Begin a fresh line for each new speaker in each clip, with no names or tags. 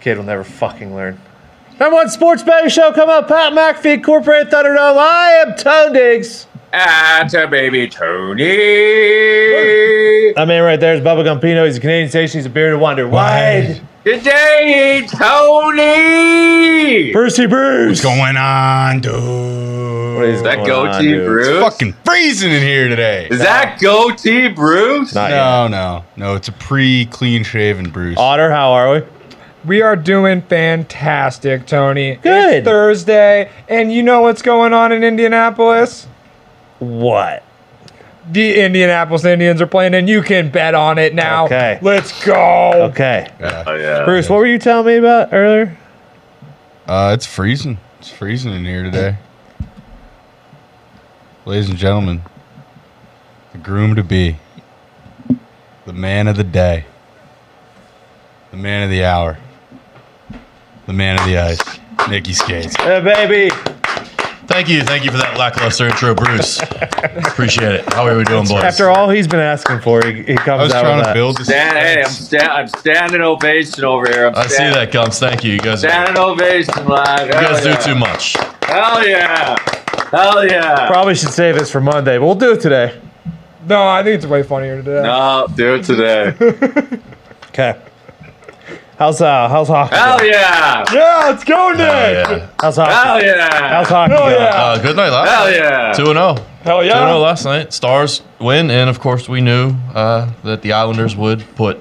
kid will never fucking learn. Number one sports betting show coming up, Pat McAfee, Incorporated Thunderdome. I am Tone Diggs.
At a baby Tony.
That man right there is Bubba Gumpino. He's a Canadian station. He's a bearded wonder. Wide.
Today, Tony.
Percy Bruce.
What's going on, dude?
What is
Is that
going on,
goatee
dude?
Bruce?
Fucking freezing in here today.
Is that goatee Bruce?
Not yet.
No, no, no. It's a pre-clean shaven Bruce.
Otter, how are we?
We are doing fantastic, Tony.
Good.
It's Thursday, and you know what's going on in Indianapolis?
What?
The Indianapolis Indians are playing, and you can bet on it now.
Okay.
Let's go.
Okay.
Yeah.
Oh, yeah.
Bruce, what were you telling me about earlier?
Uh, it's freezing. It's freezing in here today, ladies and gentlemen. The groom to be, the man of the day, the man of the hour, the man of the ice, Nikki Skates.
Hey, baby.
Thank you, thank you for that lackluster intro, Bruce. Appreciate it. How are we doing, boys?
After all he's been asking for, he, he
I
comes
was
out with
trying to
that.
build this.
Stand, hey, I'm, sta- I'm standing ovation over here. I'm
I see
stand-
that, Gums. Thank you. You guys, you
Standing ovation live. You
guys do too much.
Hell yeah. Hell yeah.
Probably should save this for Monday, but we'll do it today.
No, I think it's way funnier today.
No, Oh, do it today.
Okay. How's uh, how's hockey?
Hell
going?
yeah.
Yeah, let's go, Nick.
Oh, yeah.
How's hockey?
Hell yeah.
How's hockey?
Hell
going?
yeah.
Uh, good night last
Hell
night.
yeah.
2 0. 2
Hell
0
yeah.
last night. Stars win, and of course, we knew uh, that the Islanders would put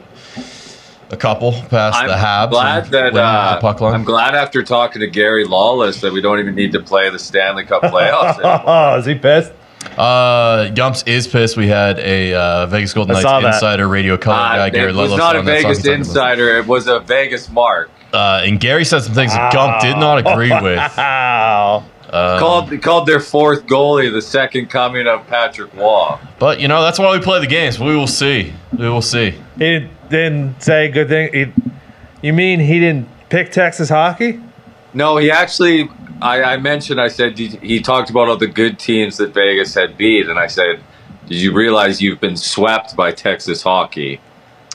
a couple past
I'm
the Habs.
glad
and
that
win
uh,
the puck line.
I'm glad after talking to Gary Lawless that we don't even need to play the Stanley Cup playoffs. anymore.
Oh, is he pissed?
Uh, Gumps is pissed. We had a uh, Vegas Golden
I
Knights
saw that.
insider radio color
Uh,
guy, Oh, Gary
it was
Lellis,
not a
on. That's all I can
Vegas
talk about.
insider; it was a Vegas mark.
Uh, and Gary said some things that Gump did not
Oh.
Ah.
agree with.
Ow.
Uh,
called called their fourth goalie the second coming of Patrick Waugh.
But you know that's why we play the games. We will see. We will see.
He didn't, didn't say good thing. He, you mean he didn't pick Texas hockey?
No, he actually. I, I mentioned. I said did, he talked about all the good teams that Vegas had beat, and I said, "Did you realize you've been swept by Texas hockey?"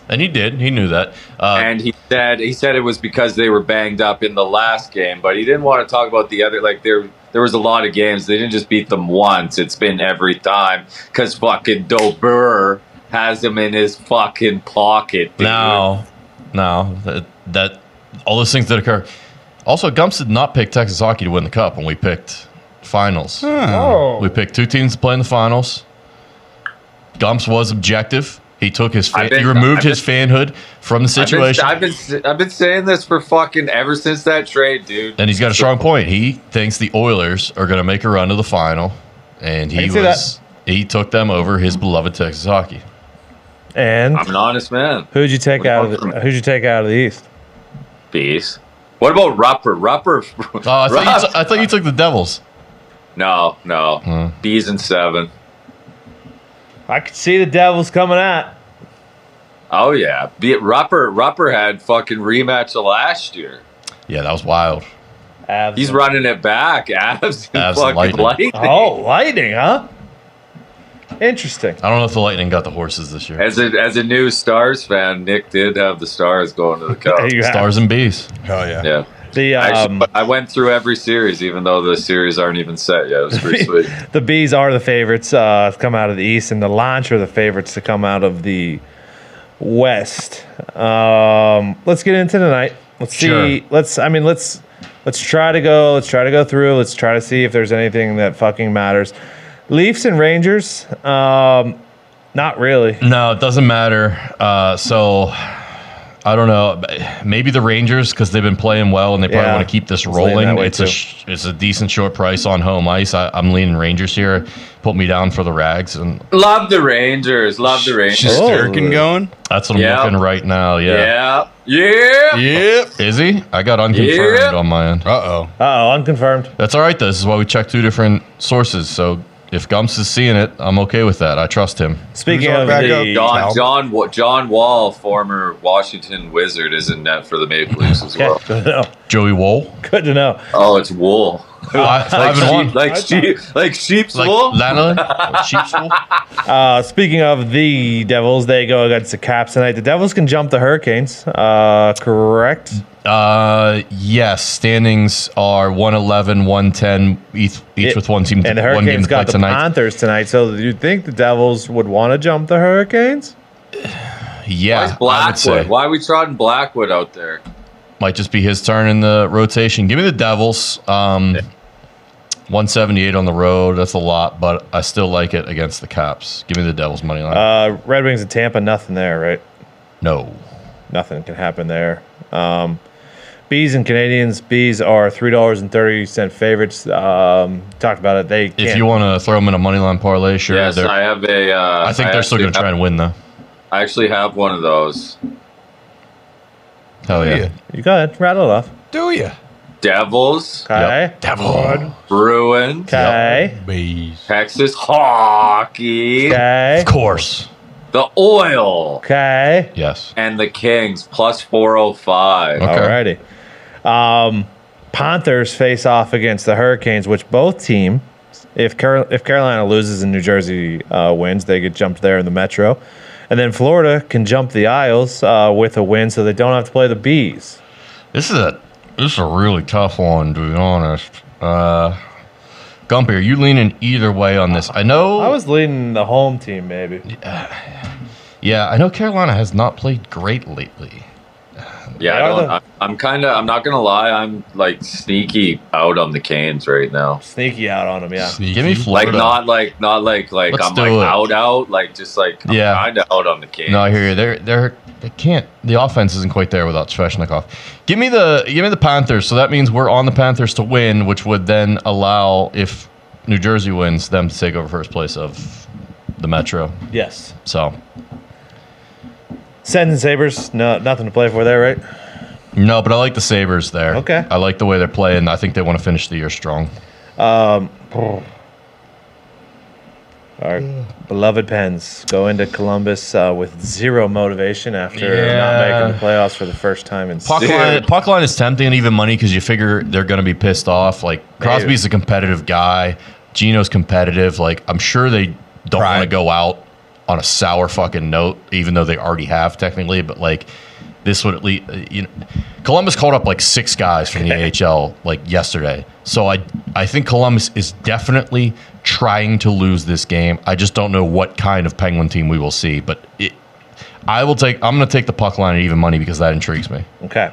And he did. He knew that. Uh,
and he said he said it was because they were banged up in the last game, but he didn't want to talk about the other. Like there, there was a lot of games they didn't just beat them once. It's been every time because fucking Dober has him in his fucking pocket. dude.
now, now that, that all those things that occur. Also, Gumps did not pick Texas hockey to win the cup when we picked finals.
Oh.
We picked two teams to play in the finals. Gumps was objective. He took his fan,
I've been-
he removed
I've been-
his fanhood from the
I've been-
situation.
I've been, I've been saying this for fucking ever since that trade, dude.
and he's got a strong point. He thinks the Oilers are going to make a run to the final, and
I
he
can see
was he took them over his beloved Texas hockey.
And
I'm an honest man.
who'd you take
What
out of
about-
the, who'd you take out of the East?
Peace. What about Rupper? Rupper?
Oh, I thought, you
Rupp-
t- I thought you took the Devils.
no, no.
Hmm.
Bees and seven.
I could see the Devils coming out.
Oh yeah, Be- Rupper. Rupper had fucking rematch of last year.
Yeah, that was wild.
Abs-
He's running it back. Abs and
Abs
fucking
and
lightning.
Lightning.
Oh, lightning, huh? Interesting.
I don't know if the Lightning got the horses this year.
As a as a new Stars fan, Nick did have the Stars going to the Cup.
There you have
Stars and bees.
Hell yeah.
Yeah,
The
I, actually-
um,
I went through every series, even though the series aren't even set yet. It was pretty sweet.
the bees are the favorites uh, to come out of the East, and the launch are the favorites to come out of the West. Um, let's get into tonight. Let's see.
Sure.
Let's. I mean, let's let's try to go. Let's try to go through. Let's try to see if there's anything that fucking matters. Leafs and Rangers. Um, not really.
No, it doesn't matter. Uh, so I don't know. Maybe the Rangers because they've been playing well and they probably
Yeah.
want to keep this
It's leaning
rolling.
that way,
It's a
too.
sh- it's a decent short price on home ice. I, I'm leaning Rangers here. Put me down for the rags, and
Love the Rangers. Love the Rangers.
Oh.
Shisterkin going?
that's what I'm
Yeah.
looking right now. Yeah.
Yeah. Yeah.
Yep.
Is he? I got unconfirmed
Yeah.
on my end.
Uh oh.
Uh oh, unconfirmed.
That's all right. though. This is why we check two different sources. So if Gumps is seeing it, I'm okay with that. I trust him.
Speaking
Who's our
of
backup?
the
John
Talbot.
John Wa- John Wall, former Washington Wizard, is in net for the Maple Leafs as
Okay,
well.
good to know.
Joey Wool.
Good to know.
Oh, it's Wool.
Five, five and one.
sheep, like sheep, like sheep's
Like
wool.
Lanolin? Or Sheep's wool?
Uh, speaking of the Devils, they go against the Caps tonight. The Devils can jump the Hurricanes, uh, correct?
Uh, yes. Standings are 111, 110, each, each
It-
with one team,
And the
one game
Hurricanes
to play
got the
tonight.
Panthers tonight, so do you think the Devils would want to jump the Hurricanes?
Yeah,
Why's
I would say.
Blackwood? Why are we trotting Blackwood out there?
Might just be his turn in the rotation. Give me the Devils. Um, 178 on the road. That's a lot, but I still like it against the Caps. Give me the Devils money line.
Uh, Red Wings and Tampa, nothing there, right?
no.
Nothing can happen there. Um, bees and Canadians. Bees are three dollars and thirty cent favorites. Um, talked about it. They
If
can't-
you want to throw them in a money line parlay, sure.
yes,
they're-
I have a. Uh,
I think they're still
actually
going to try
have-
and win, though.
I actually have one of those.
Hell
Do
yeah.
you?
you go ahead, rattle it off.
Do you?
Devils,
Okay,
Devil.
Bruins,
okay,
Bees.
Texas Hockey,
okay,
Of course.
the Oil,
okay.
Yes.
and the Kings plus four hundred five.
Okay.
Alrighty. Um, Panthers face off against the Hurricanes, which both team, if Car- if Carolina loses and New Jersey uh, wins, they get jumped there in the Metro, and then Florida can jump the Isles uh, with a win, so they don't have to play the Bees.
This is a this is a really tough one, to be honest. Uh, Gumpy, are you leaning either way on this? I know.
I was leading the home team, maybe.
yeah, I know Carolina has not played great lately.
Yeah, I
They are
don't,
the-
I, I'm kind of. I'm not gonna lie. I'm like sneaky out on the Canes right now.
Sneaky out on them, yeah.
Sneaky.
Give me
Like
Florida.
not like not like like
Let's
I'm
do
like
it.
out out like just like I'm
Yeah.
kind of out on the Canes.
no, I hear you. They're they're they can't. The offense isn't quite there without Sveshnikov. Give me the give me the Panthers. So that means we're on the Panthers to win, which would then allow if New Jersey wins them to take over first place of the Metro.
Yes.
So
Sens and Sabers, no, nothing to play for there, right?
no, but I like the Sabers there.
Okay.
I like the way they're playing. I think they want to finish the year strong.
Our beloved Pens go into Columbus uh, with zero motivation after
Yeah.
not making the playoffs for the first time in
Puck
six.
line,
Dude.
puck line is tempting, even money, because you figure they're going to be pissed off. Like Crosby's a competitive guy. Gino's competitive. Like I'm sure they don't
Pride.
want to go out on a sour fucking note, even though they already have technically. But like this would at least, you know, Columbus called up like six guys from the AHL like yesterday. So I I think Columbus is definitely trying to lose this game. I just don't know what kind of Penguin team we will see, but it. I will take. I'm going to take the puck line at even money because that intrigues me.
Okay.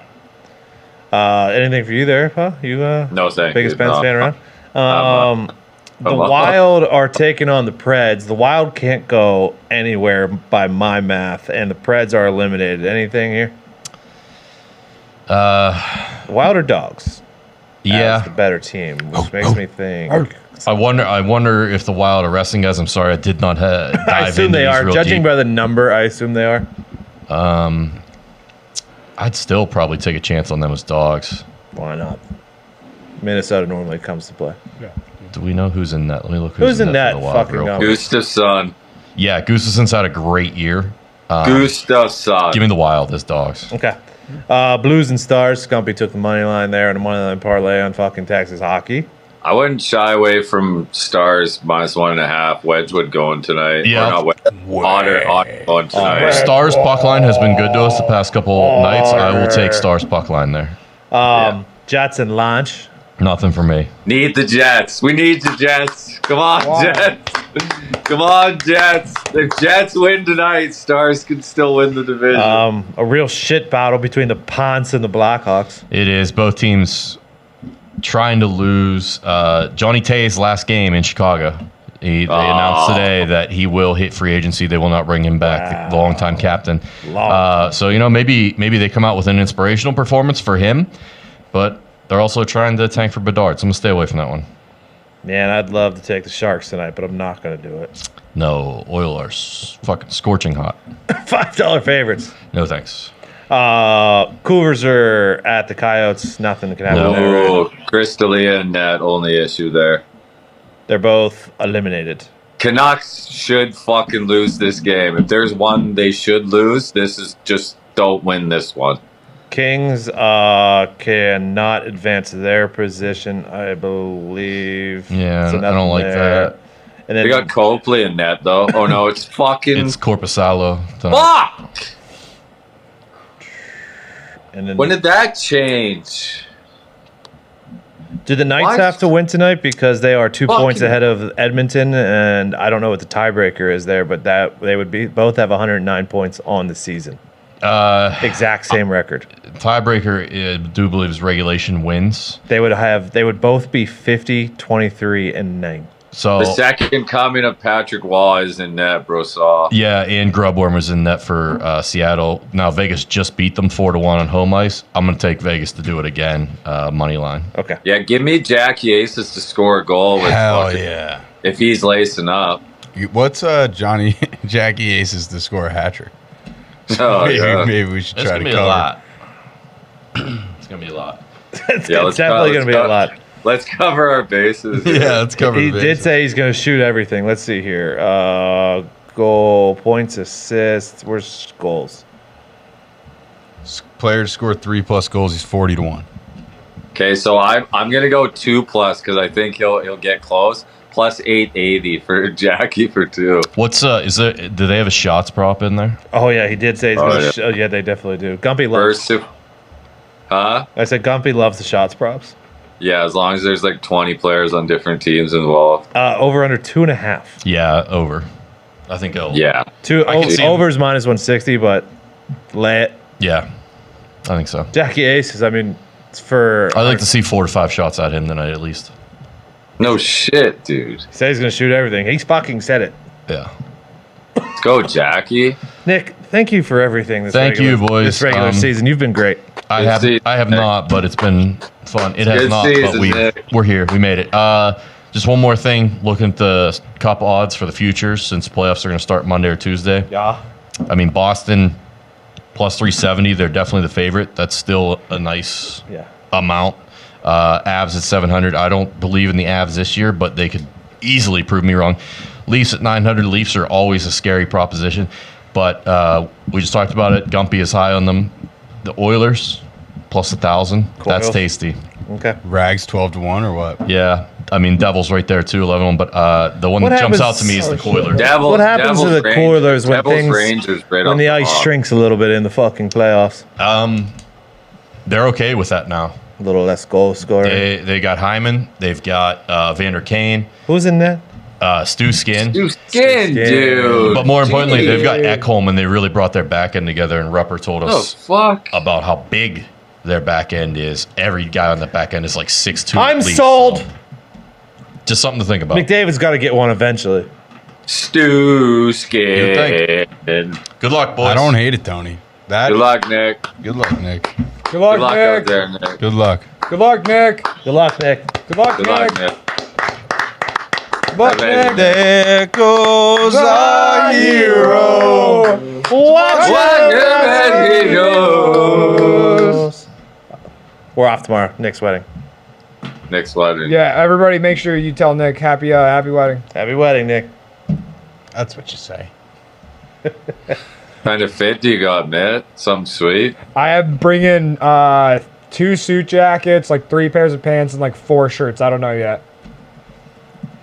Uh, anything for you there, Pa? You uh,
No, thank
biggest
you.
Pens
No. uh,
fan around? Um, the
I'm, uh,
Wild are taking on the Preds. The Wild can't go anywhere by my math, and the Preds are eliminated. Anything here? Uh, Wild are dogs. as the
Yeah, Oh,
better team, which makes me
Oh.
think.
I wonder. I wonder if the Wild are resting guys. I'm sorry, I did not uh, dive
I assume
into
they
these
are.
real
Judging
deep.
by the number, I assume they are.
I'd still probably take a chance on them as dogs.
Why not? Minnesota normally comes to play.
Do we know who's in that? Let me look.
Who's in
for
net?
the Wild
Fucking um,
real
no.
quick.
Gustafsson.
Yeah, Gustafson's had a great year. Um,
Gustafsson.
Give me the Wild as dogs.
Okay. Uh, Blues and Stars. Scumpy took the money line there and a money line parlay on fucking Texas hockey.
I wouldn't shy away from stars minus one and a half. Wedgwood going tonight.
Yeah.
Or not Wedgwood. Otter, Otter going
Uh,
Oh,
tonight.
Stars puck line has been good to us the past couple nights. I will take Stars puck line there.
Um, Jets and Launch.
Nothing for me.
Need the Jets. We need the Jets. Come on, Jets. Come on, Jets. If Jets win tonight, Stars can still win the division.
Uh,
Um, a real shit battle between the Ponce and the Blackhawks.
It is both teams trying to lose. Uh, Johnny Tay's last game in Chicago. He, they announced
Oh.
today that he will hit free agency. They will not bring him back, the longtime captain.
Long.
Uh, so you know maybe maybe they come out with an inspirational performance for him, but they're also trying to tank for Bedard. So I'm gonna stay away from that one.
Man, I'd love to take the Sharks tonight, but I'm not going to do it.
No, oil are s- fucking scorching hot.
$5 favorites.
No thanks.
Uh, Cougars are at the Coyotes. Nothing can happen
No.
there. right?
oh, Chris D'Elia and that only issue there.
They're both eliminated.
Canucks should fucking lose this game. If there's one they should lose, this is just don't win this one.
Kings uh, cannot advance their position, I believe.
Yeah, I don't
nothing
like that.
And then
They got Copley in net though. Oh no, it's fucking
It's Corpusalo.
fuck.
and then
When
the-
did that change?
Do the Knights
What?
have to win tonight because they are two
Fucking-
points ahead of Edmonton, and I don't know what the tiebreaker is there, but that they would be both have 109 points on the season,
Uh,
exact same record.
tiebreaker, I do believe, is regulation wins.
They would have they would both be 50, 23, and nine.
So
Oh.
The second coming of Patrick uh, Waugh is in net, bro. Saw.
Yeah, and Grubworm was in net for uh, Seattle. Now Vegas just beat them four to one on home ice. I'm gonna take Vegas to do it again, uh, money line.
Okay,
Yeah, give me Jackie Aces to score a goal. With
Hell
fucking-
yeah.
If he's lacing up.
You- What's uh, Johnny Jackie Aces to score a hat trick?
Oh,
maybe,
yeah.
maybe we should
It's
try to
gonna be
cover.
a lot. it's gonna be a lot.
it's,
Yeah,
it's
let's go,
definitely
let's
going to be a
go.
lot.
Let's cover our bases.
Yeah, let's cover.
He
the
did
bases.
say he's going to shoot everything. Let's see here: uh, goal, points, assists. Where's goals?
S- player to score three plus goals. He's forty to one.
Okay, so I'm I'm gonna go two plus because I think he'll he'll get close. Plus eight eighty for Jackie for two.
What's uh? Is there? Do they have a shots prop in there?
Oh yeah, he did say he's
Oh,
going to.
yeah.
Sh- oh yeah, they definitely do. Gumpy loves.
First two. Huh?
I said Gumpy loves the shots props.
Yeah, as long as there's like twenty players on different teams involved.
Uh, over under two and a half.
Yeah, over. I think over.
Yeah.
Two
I can
o-
see him.
overs minus one sixty, but let
yeah, I think so.
Jackie Aces. I mean, it's for
I'd like to see four to five shots at him tonight at least.
No shit, dude.
he said he's gonna shoot everything. He's fucking said it.
Yeah.
Let's go, Jackie.
Nick, thank you for everything. This
Thank
regular,
you, boys.
This regular
Um,
season, you've been great.
I
Good
have
season,
I have
Nick.
not, but it's been fun. It has
Good
not,
season,
but we
Nick.
we're here. We made it. Uh, just one more thing. Looking at the cup odds for the futures since playoffs are going to start Monday or Tuesday.
Yeah.
I mean Boston plus three seventy. They're definitely the favorite. That's still a nice
Yeah.
amount. Uh, Avs at 700. I don't believe in the Avs this year, but they could easily prove me wrong. Leafs at 900. Leafs are always a scary proposition, but uh, we just talked about it. Gumpy is high on them. The Oilers plus a thousand. That's
Coils.
tasty.
Okay.
Rags twelve to one or what?
Yeah, I mean Devils right there too, 11 But uh, the one
What
that jumps out
happens-
to me is
oh,
the
shit.
Coiler.
Devils,
What happens
Devils,
to the
Rangers.
Coilers when
Devils,
things-
Rangers right
When
off
the ice
hop.
shrinks a little bit in the fucking playoffs,
Um, they're okay with that now.
a little less goal scoring.
They they got Hyman. They've got uh, Vander Kane,
Who's in that?
uh, Stu Skin.
Dude,
Skin.
skin, dude.
But more importantly, they've got
Jeez.
Ekholm, and they really brought their back end together. And Rupper told
Oh
us
fuck.
about how big their back end is. Every guy on the back end is like six two.
I'm sold.
Just something to think about.
McDavid's got to get one eventually.
Stew
You'd
skin. Good
Good luck, boys.
I don't hate it, Tony. That
luck, Nick.
Good luck, Nick.
Good luck,
Good luck out
Nick.
there, Nick.
Good luck.
Good luck, Nick.
Good luck, Nick.
Good luck,
Good luck,
Nick.
Nick.
Good luck,
Have a-
Nick.
There goes our hero.
Watch
What good he goes.
We're off tomorrow. Nick's wedding.
Next one.
Yeah, everybody, make sure you tell Nick happy uh, happy wedding.
Happy wedding, Nick.
That's what you say.
Kind of fit you got, Matt. Something sweet.
I am bringing uh, two suit jackets, like three pairs of pants, and like four shirts. I don't know yet.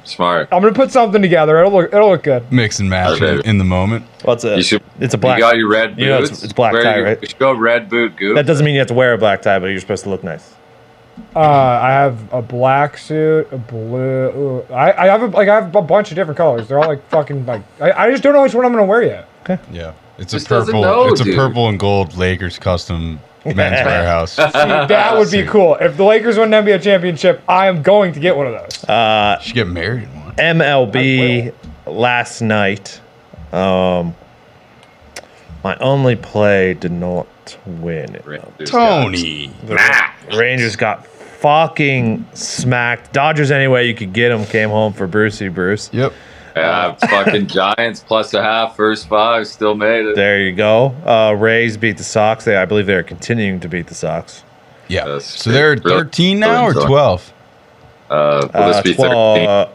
Smart.
I'm gonna put something together. It'll look it'll look good.
Mix and match
Okay.
in the moment.
What's it?
You should.
It's a black.
You got your red boots.
You know, it's- it's black
Where
tie,
you-
right?
You should go red boot goop.
that doesn't mean you have to wear a black tie, but you're supposed to look nice.
Uh, I have a black suit, a blue. I, I have a, like I have a bunch of different colors. They're all like fucking like I, I just don't know which one I'm gonna wear yet.
Yeah. It's
Just
a
doesn't
purple.
know,
it's
dude.
a purple and gold Lakers custom men's warehouse.
Dude, that would be cool. If the Lakers win an NBA championship, I am going to get one of those.
Oh,
Should get married in one.
MLB last night. Um, my only play did not win.
Red boots,
Tony.
Rangers got fucking smacked. Dodgers, anyway, you could get them, came home for Brucey Bruce.
Yep.
Yeah, fucking Giants plus a half, first five, still made it.
There you go. Uh, Rays beat the Sox. They, I believe, they are continuing to beat the Sox.
Yeah.
That's
so they're
great.
13 now or
Really enjoy.
12?
Uh, will this
Uh,
be
12,
13?
uh,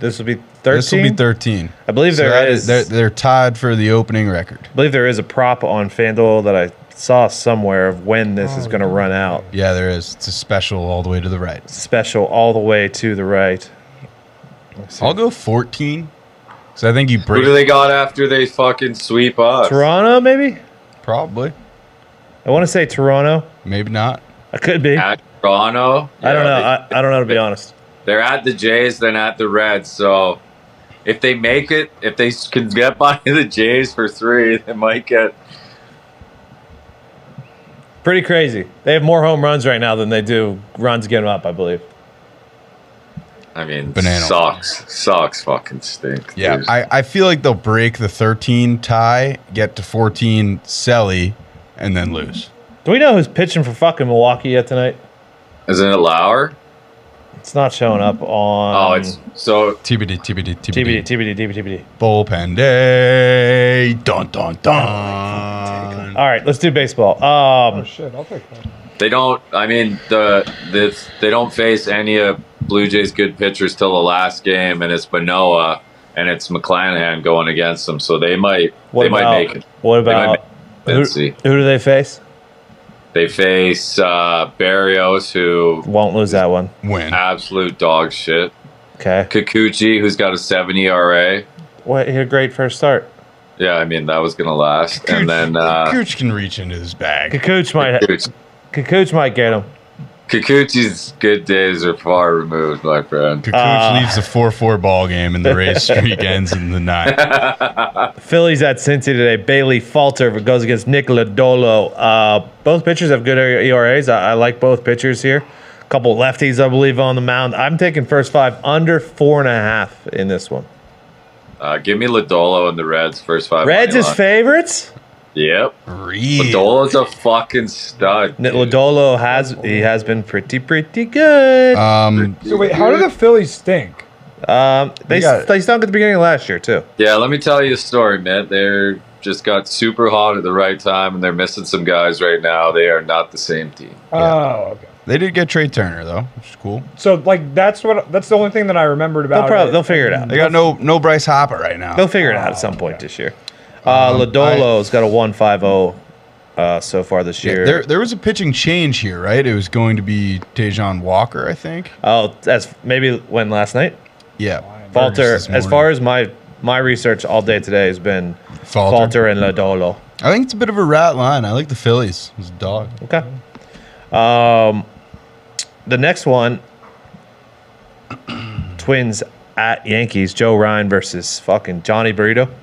this will be
This will be
13?
13.
I believe
So
there
that
is-
They're, they're tied for the opening record.
I believe there is a prop on FanDuel that I saw somewhere of when this is
Oh,
going to run out.
Yeah, there is. It's a special all the way to the right.
Special all the way to the right. Let's see.
I'll go 14. Because I think you
Who
break.
do they got after they fucking sweep us?
Toronto, maybe?
Probably.
I want to say Toronto.
Maybe not.
I could be.
At Toronto?
I don't know.
Yeah, they-
I, I don't know to be honest.
They're at the Jays, then at the Reds. So if they make it, if they s- can get by the Jays for three, they might get.
Pretty crazy. They have more home runs right now than they do runs getting up. I believe.
I mean,
Banana.
socks, socks fucking stink.
Yeah,
There's-
I, I feel like they'll break the 13 tie, get to 14, Selly, and then lose.
Do we know who's pitching for fucking Milwaukee yet tonight?
isn't it Lauer?
It's not showing up on.
Oh, it's so
TBD, TBD,
TBD,
TBD.
TBD, TBD, TBD.
Bullpen day. Dun, dun, dun.
All right, let's do baseball. Um,
Oh shit, I'll take that.
they don't. I mean, the the they don't face any of Blue Jays' good pitchers till the last game, and it's Manoa and it's McClanahan going against them. So they might
what
they
about?
might make it.
What
They might
about?
make it.
Who,
Let's see.
who do they face?
They face uh, Barrios, who
Won't lose that one.
Win.
absolute dog shit.
Okay.
Kikuchi, who's got a 7 ERA.
What? Here, great first start.
Yeah, I mean that was gonna last. And then uh,
Cooch can reach into his bag.
Kikuch might.
Kikuchi-
Kikuch might get him.
Kikuchi's good days are far removed, my friend.
Cooch
Uh.
leaves the 4 4 ball game, and the race streak ends in the nine.
Phillies at Cincy today. Bailey Falter goes against Nicola Dolo. Uh, both pitchers have good ERAs. I, I like both pitchers here. A couple lefties, I believe, on the mound. I'm taking first five under four and a half in this one.
Uh, give me Ladolo and the Reds first five.
Reds
money
is
line.
favorites.
Yep.
Reed.
Ladolo's a fucking stud. dude.
Lodolo has he has been pretty pretty good.
Um,
So wait, how do the Phillies stink?
Um, they
we got-
they stunk at the beginning of last year too.
Yeah, let me tell you a story, man. They're just got super hot at the right time and they're missing some guys right now. They are not the same team.
Oh, okay.
they did get Trey Turner, though, which is cool.
So like that's what that's the only thing that I remembered about.
They'll probably
it.
they'll figure it out.
They got no no Bryce Hopper right now.
They'll figure it out at some point this year. Uh,
Um,
Lodolo's got a one five zero uh, so far this
Yeah,
year.
there, there was a pitching change here, right? It was going to be Tejon Walker, I think.
Oh, that's maybe when last night.
Yeah.
Falter.
Burgess
As
this morning.
far as my my research all day today has been
Falter.
Falter and Lodolo.
I think it's a bit of a rat line. I like the Phillies. It's a dog.
Okay. Um, the next one, Twins at Yankees. Joe Ryan versus fucking Johnny Burrito.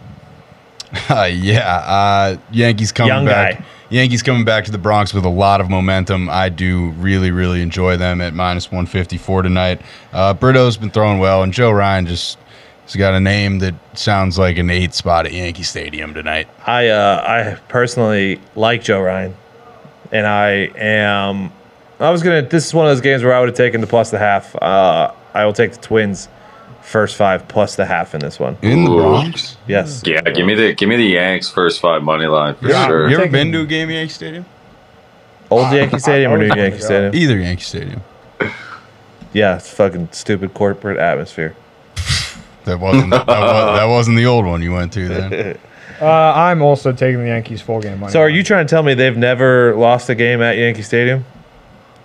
Uh, yeah. Uh, Yankees coming
Young
back.
guy.
Yankees coming back to the Bronx with a lot of momentum. I do really, really enjoy them at minus 154 tonight. Uh, Brito's been throwing well, and Joe Ryan just has got a name that sounds like an eight spot at Yankee Stadium tonight.
I uh, I personally like Joe Ryan, and I am. I was gonna. This is one of those games where I would have taken the plus the half. Uh, I will take the Twins first five plus the half in this one.
In the
Ooh.
Bronx?
Yes.
Yeah, give me the give me the Yanks first five money line for
Yeah.
sure.
You ever been to a game at Yankee Stadium?
Old Yankee Stadium or new
Oh my
Yankee
God.
Stadium?
Either Yankee Stadium.
Yeah, it's fucking stupid corporate atmosphere.
That wasn't that, was, that wasn't the old one you went to then.
Uh, I'm also taking the Yankees full game money.
So are
line.
you trying to tell me they've never lost a game at Yankee Stadium?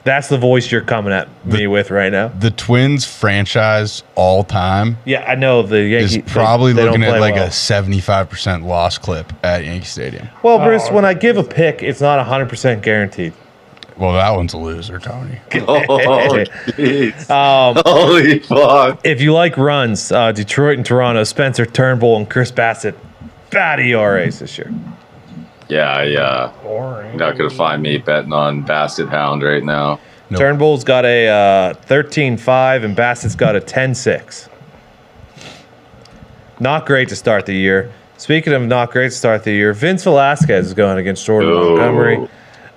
That's the voice you're coming at me with right now.
The Twins franchise all time
Yeah, I know the
is
Yankees
probably
they, they don't
looking at
play
like
well.
a seventy five percent loss clip at Yankee Stadium.
Well, Bruce,
Oh,
when I give a pick, it's not 100% guaranteed.
Well, that one's a loser, Tony.
Oh, jeez.
Um,
Holy fuck.
if you like runs, uh, Detroit and Toronto, Spencer Turnbull and Chris Bassett, bad ERAs this year.
Yeah, yeah.
boring?
You're not gonna find me betting on Basset Hound right now.
Nope.
Turnbull's got a uh, 13-5 and Bassett's got a 10-6. Not great to start the year. Speaking of not great to start the year, Vince Velasquez is going against Jordan
Ooh.
Montgomery.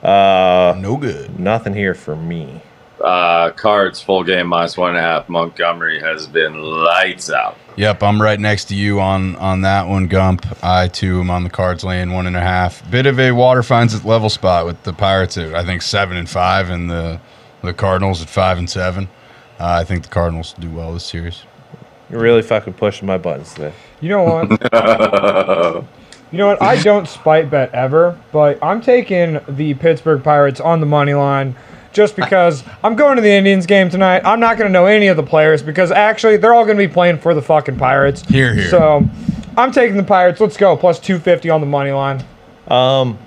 Uh,
No good.
nothing here for me.
Uh, cards full game minus one and a half. Montgomery has been lights out.
Yep, I'm right next to you on on that one, Gump. I too am on the cards laying one and a half. Bit of a water finds its level spot with the Pirates at I think seven and five, and the the Cardinals at five and seven. Uh, I think the Cardinals do well this series.
You're really fucking pushing my buttons today.
You know what? you know what? I don't spite bet ever, but I'm taking the Pittsburgh Pirates on the money line just because I'm going to the Indians game tonight. I'm not going to know any of the players because actually they're all going to be playing for the fucking Pirates.
Here, here.
So I'm taking the Pirates. Let's go. Plus 250 on the money line.
Um,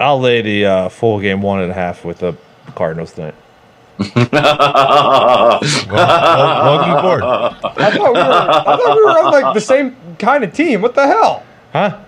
I'll lay the uh, full game one and a half with the Cardinals tonight.
Welcome aboard.
I thought we were, I thought we were on like the same kind of team. What the hell?
Huh?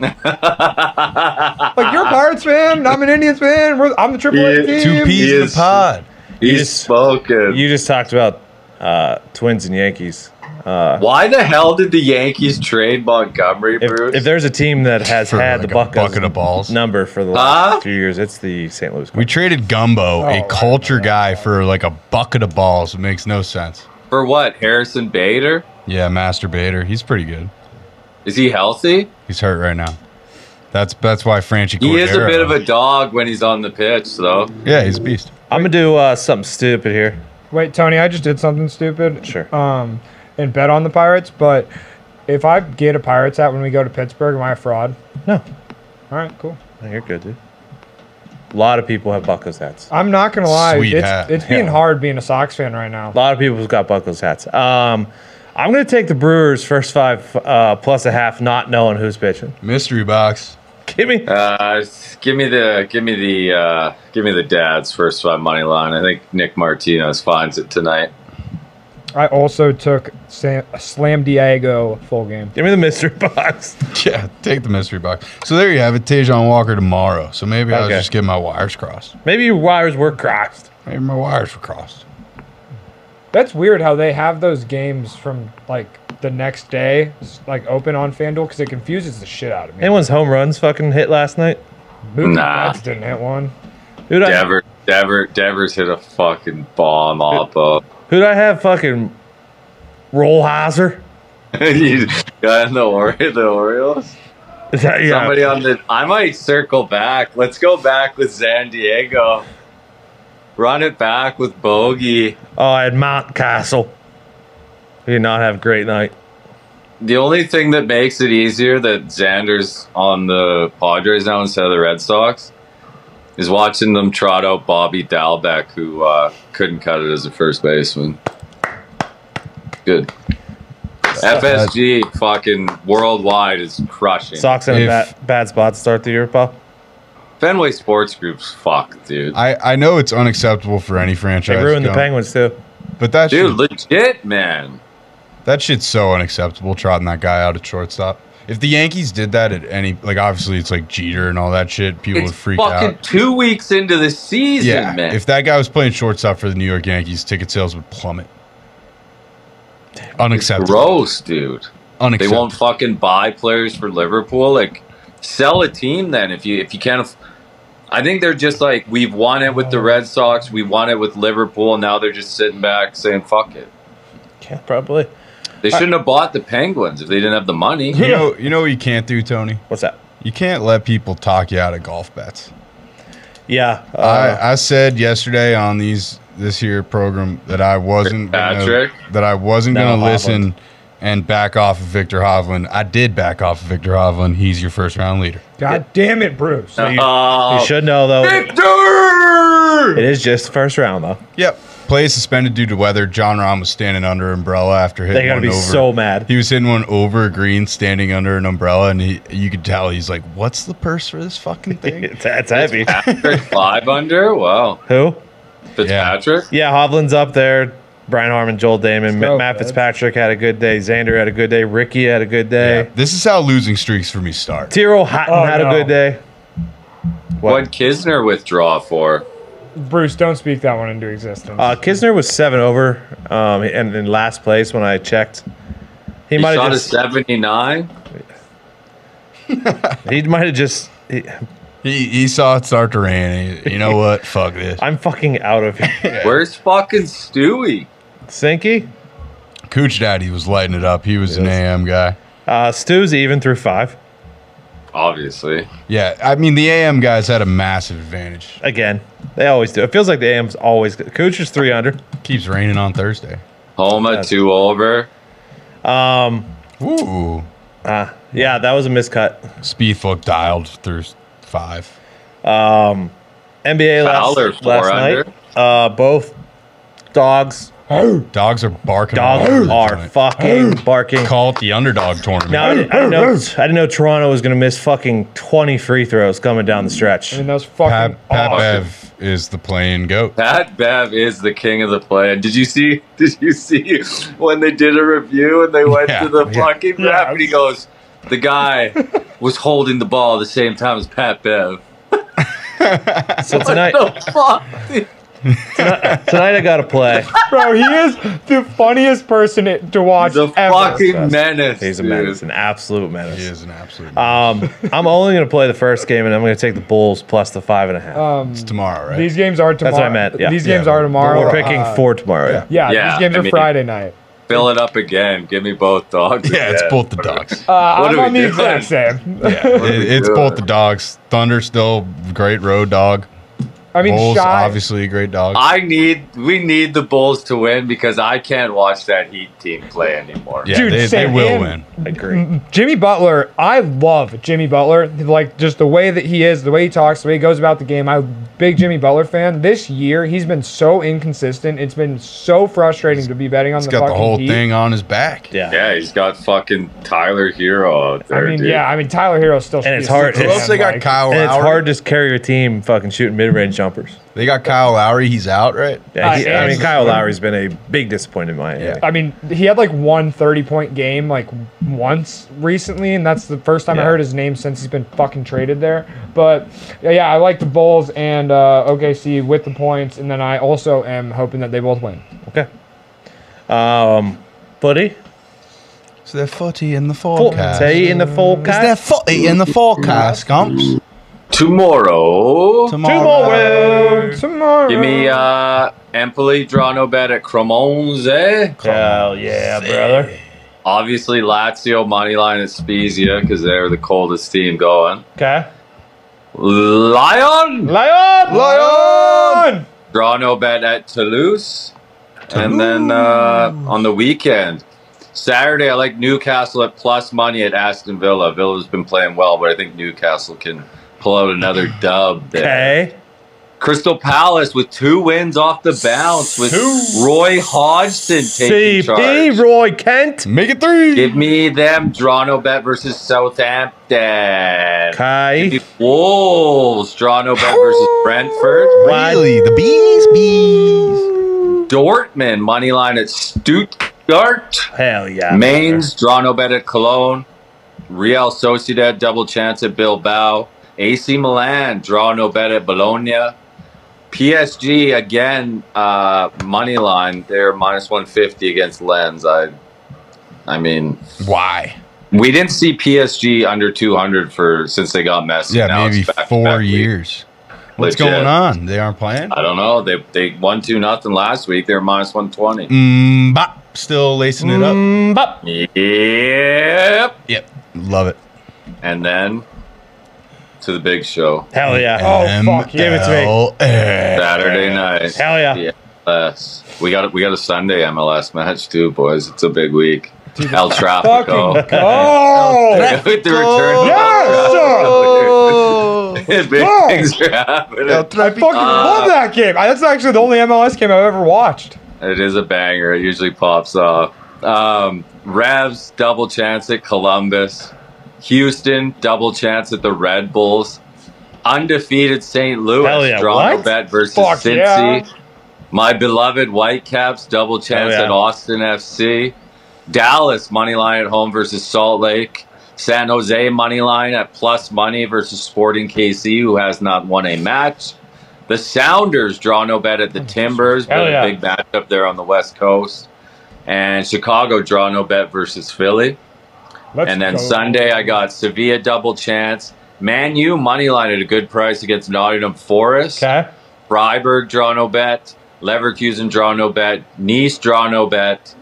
Like you're a Pirates fan, and I'm an Indians fan. We're, I'm the Triple A
Yeah,
team.
Two peas in a
is-
pod.
He's spoken.
You just talked about uh, Twins and Yankees. Uh,
Why the hell did the Yankees trade Montgomery, Bruce?
if, if there's a team that has
For
had
like
the
a bucket
Buckeyes
of balls.
number for the last
Huh?
few years, it's the St. Louis.
We
Cardinals.
traded Gumbo, a
Oh.
culture guy, for like a bucket of balls. It makes no sense.
For what? Harrison Bader?
Yeah, masturbator. He's pretty good.
Is he healthy?
He's hurt right now. That's that's why Franchi.
He is a
Cordero-
bit of a dog when he's on the pitch, though.
yeah. He's a beast.
I'm gonna do uh, something stupid here.
Wait, Tony, I just did something stupid.
Sure.
Um, and bet on the Pirates, but if I get a Pirates hat when we go to Pittsburgh, am I a fraud?
No,
All right, cool.
no, you're good, dude. A lot of people have Buckos hats.
I'm not gonna lie,
Sweet
it's
hat.
it's being
Yeah.
hard being a Sox fan right
A
now.
lot of people's got Buckos hats. Um, I'm gonna take the Brewers first five uh, plus a half, not knowing who's pitching.
Mystery box.
Give me
Uh, s- give me the give me the uh, give me the dad's first five money line. I think Nick Martinez finds it tonight.
I also took Sam, Slam Diego full game.
Give me the mystery box.
Yeah, take the mystery box. So there you have it, Tajon Walker tomorrow. So maybe I was
Okay.
just getting my wires crossed.
Maybe your wires were crossed.
Maybe my wires were crossed.
That's weird how they have those games from like the next day, s- like open on FanDuel, because it confuses the shit out of me.
Anyone's home runs fucking hit last night?
Mookie
Nah.
Betts didn't hit one.
Who'd I,
Dever, Dever, Devers hit a fucking bomb off of.
who'd I have fucking Rollheiser?
You got in the, Ori- the Orioles.
Is that yeah?
Somebody on the. I might circle back. Let's go back with San Diego. Run it back with Bogey.
oh, I had Mount Castle. He did not have a great night.
The only thing that makes it easier that Xander's on the Padres now instead of the Red Sox is watching them trot out Bobby Dalbeck, who uh, couldn't cut it as a first baseman. Good. FSG fucking worldwide is crushing.
Sox in a
If-
bad, bad spot to start the year, pal.
Fenway Sports Group's fucked, dude.
I, I know it's unacceptable for any
They
franchise.
ruined the
to go,
Penguins too.
But that
Dude,
shit,
legit, man.
that shit's so unacceptable. Trotting that guy out at shortstop. If the Yankees did that at any, like obviously it's like Jeter and all that shit, people
It's
would freak
fucking
out.
two weeks into the season,
Yeah,
man.
if that guy was playing shortstop for the New York Yankees, ticket sales would plummet. Unacceptable.
Gross, dude. They
Unacceptable.
won't fucking buy players for Liverpool. Like, sell a team then if you if you can't. aff- I think they're just like we've won it with the Red Sox, we won it with Liverpool, and now they're just sitting back saying fuck it.
Yeah, probably.
They shouldn't have bought the Penguins if they didn't have the money.
you know, you know what you can't do, Tony.
What's that?
You can't let people talk you out of golf bets.
Yeah, uh,
I, I said yesterday on these this here program that I wasn't
Patrick?
gonna, that I wasn't
No,
going to
Hovland.
listen and back off of Victor Hovland. I did back off of Victor Hovland. He's your first round leader.
God damn it, Bruce.
you,
Oh.
you should know though. It
Victor!
is just first round though.
Yep. Play suspended due to weather. John Rahm was standing under an umbrella after hitting
They gotta
one
be
over.
so mad.
he was hitting one over a green, standing under an umbrella, and he, you could tell he's like, "What's the purse for this fucking thing?"
It's, it's heavy.
Patrick five under? Wow.
Who?
Fitzpatrick?
Yeah, Hovland's up there. Brian Harmon, Joel Damon,
go,
Matt
Feds.
Fitzpatrick had a good day. Xander had a good day. Ricky had a good day.
this is how losing streaks for me start.
Tiro Hatton
Oh,
had
no.
a good day. What?
What'd Kisner withdraw for?
Bruce, don't speak that one into existence.
Uh, Kisner was seven over, um, and in last place when I checked. He
He
might
shot
have
a
just.
79?
He might have just. he-
He, he saw it start to rain. and he- you know what? Fuck this.
I'm fucking out of here.
Where's fucking Stewie?
Sinky.
Cooch Daddy was lighting it up. He was an AM guy.
Uh, Stu's even through five
Obviously.
Yeah, I mean the AM guys had a massive advantage.
again. They always do. It feels like the AM's always. Cooch is three under.
Keeps raining on Thursday.
Homa, two over.
Ooh.
Yeah, that was a miscut.
Speedfolk dialed through five.
NBA
Fowler,
last,
four
last night. Uh, both dogs
Dogs are barking. all over
dogs
the
are
joint.
fucking barking.
Call it the underdog tournament.
Now, I didn't, I didn't know, I didn't know Toronto was going to miss fucking 20 free throws coming down the stretch.
I mean, that's fucking
Pat, Pat
awesome.
Bev is the playing goat.
Pat Bev is the king of the play. Did you see? Did you see when they did a review and they went
Yeah,
to the
yeah.
fucking ref and he goes, "The guy was holding the ball at the same time as Pat Bev."
So tonight,
The fuck?
tonight I got to play.
Bro, he is the funniest person to watch
The
ever.
fucking menace.
He's a
dude.
menace, an absolute menace.
He is an absolute.
Um, I'm only going to play the first game, and I'm going to take the Bulls plus the five and a half.
Um,
it's tomorrow, right?
these games are tomorrow.
what I meant, yeah.
These
Yeah,
games
but
are tomorrow.
We're picking
Uh,
four tomorrow. Yeah.
Yeah,
Yeah,
these games
I
are
mean-
Friday night.
Fill it up again. Give me both dogs.
yeah, it's
again.
both the dogs.
Uh,
What are
I'm
we
on the
doing?
exact same.
are
It-
we
it's
doing?
both the dogs. Thunder still great road dog.
I mean,
Bulls
shy.
obviously a great dog.
I need. We need the Bulls to win because I can't watch that Heat team play anymore.
yeah,
Dude,
they, they
Sam
will
Ham-
win.
Agree.
Jimmy Butler, I love Jimmy Butler. Like just the way that he is, the way he talks, the way he goes about the game. I'm a big Jimmy Butler fan. This year, he's been so inconsistent. It's been so frustrating to be betting on
He's
the
got the
fucking
whole
Heat.
thing on his back.
Yeah.
Yeah, he's got fucking Tyler Hero out
I
there,
mean,
dude.
yeah, I mean Tyler Hero's still
And it's
he's
hard-
still
Who
Who
else
else
good,
they got?
like-
Kyle
And
Lowry.
it's hard to carry your team fucking shooting mid range jumpers.
they got Kyle Lowry. He's out, right?
Yeah, he-
Uh,
I mean,
and-
Kyle Lowry's been a big disappointment in Miami.
Yeah.
I mean, he had like one 30 point game like once recently, and that's the first time I
Yeah.
heard his name since he's been fucking traded there. But yeah, I like the Bulls and uh, OKC with the points, and then I also am hoping that they both win.
Okay. Um, buddy,
So they're footy in the forecast.
say in the full
Is there
cast.
footy in the forecast, comps?
Tomorrow.
Two more words.
Tomorrow.
Give me uh, Empoli draw no bet at Cremonze.
Hell yeah, brother.
Obviously, Lazio money line at Spezia because they're the coldest team going.
Okay.
Lyon
Lion! Lion!
draw no bet at Toulouse, and then uh, on the weekend. Saturday, I like Newcastle at plus money at Aston Villa. Villa's been playing well, but I think Newcastle can pull out another dub there.
Okay.
Crystal Palace with two wins off the bounce with Roy Hodgson taking charge.
CP Roy Kent.
Make it three.
Give me them. Toronto bet versus Southampton. Give
Kai.
me Wolves. Toronto bet versus Brentford.
Riley, the bees, bees.
Dortmund money line at Stuttgart.
Hell yeah.
Mainz. Toronto bet at Cologne. Real Sociedad double chance at Bilbao. AC Milan draw no bet at Bologna. PSG again uh, money line. They're minus one fifty against Lens. I, I mean,
Why?
we didn't see PSG under two hundred for since they got Messi.
Yeah,
Now
maybe
it's back-to-back
four
week.
years.
Legit.
What's going on? They aren't playing.
I don't know. They they won two nothing last week. They're minus one twenty.
Mm, bop. Still lacing it up.
Mm.
Mbop.
Yep.
Yep, love it.
And then to the big show
Hell yeah.
Oh, fuck, give it to me.
me.
Saturday night.
Hell yeah.
Yes. We got we got a Sunday MLS match too, boys. It's a big week. El
Fucking
Trafico.
go!
With the return of
Yes,
El Trafico. Big
Go.
things are happening.
I fucking love that game. I- That's actually the only MLS game I've ever watched.
It is a banger. It usually pops off. Um, Revs double chance at Columbus. Houston double chance at the Red Bulls. Undefeated St. Louis.
Hell yeah.
Draw no
What?
bet versus
Fuck
Cincy.
yeah.
My beloved Whitecaps double chance
Hell yeah.
at Austin FC. Dallas money line at home versus Salt Lake. San Jose money line at plus money versus Sporting KC, who has not won a match. The Sounders draw no bet at the Timbers,
Oh, Hell
but
yeah.
a big matchup there on the West Coast. And Chicago draw no bet versus Philly.
Let's
And then
go.
Sunday, I got Sevilla double chance. Man U money line at a good price against Nottingham Forest.
Okay.
Freiburg draw no bet, Leverkusen draw no bet, Nice draw no bet,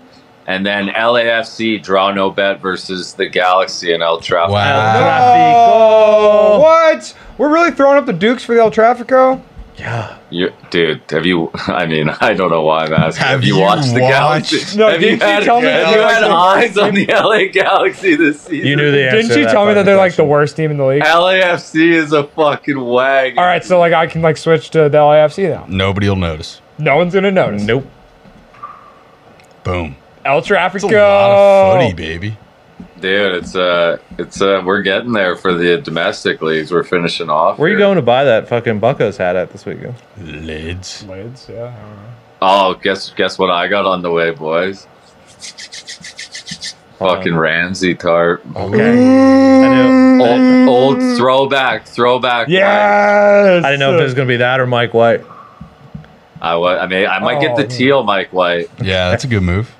and then LAFC draw no bet versus the Galaxy and El Trafico.
Wow.
Oh, what? We're really throwing up the Dukes for the El Trafico?
Yeah.
You, dude, have you? I mean, I don't know why I'm asking. Have,
Have
you
you
watched the
watched-
Galaxy?
No,
have you
didn't you
had,
tell me
have
that
you
they
had
were-
eyes on the LA Galaxy this season?
You knew the answer.
Didn't
to
you tell me that
fucking
they're like the
question.
worst team in the league?
LAFC is a fucking wag.
All right, so like I can like switch to the LAFC now.
Nobody will notice.
No one's gonna notice.
Nope.
Boom.
El
It's
Tráfico.
a lot of footy, baby.
dude, it's uh, it's uh, we're getting there for the domestic leagues. We're finishing off.
Where are you
here.
going to buy that fucking Buckos hat at this weekend?
Lids.
Lids, yeah. I don't know.
Oh, guess guess what I got on the way, boys. Fucking Ramsey tarp.
Okay. I, knew,
Mm.
Old, old throwback, throwback.
Yes.
I didn't know if it was going to be that or Mike White.
Mike. I wa- I mean, I might get
Oh,
the
man.
teal Mike White.
Yeah, that's a good move.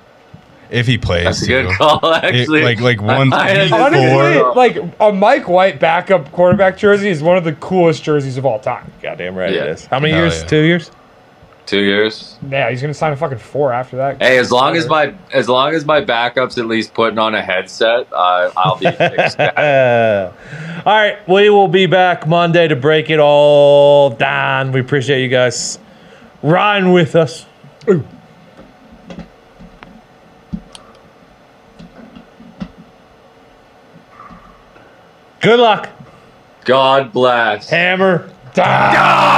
If he plays,
That's a
too.
good call, actually.
like- like one-
I had
Honestly,
the teal.
Honestly, like a Mike White backup quarterback jersey is one of the coolest jerseys of all time.
Goddamn right it
Yeah.
is. How many
Hell
years?
yeah.
Two years?
two years.
Yeah, he's gonna sign a fucking four after that.
Hey, as long as my as long as my backup's at least putting on a headset, uh, I'll be. ecstatic.
Uh, all right, we will be back Monday to break it all down. We appreciate you guys riding with us. Good luck.
God bless.
Hammer.
Damn.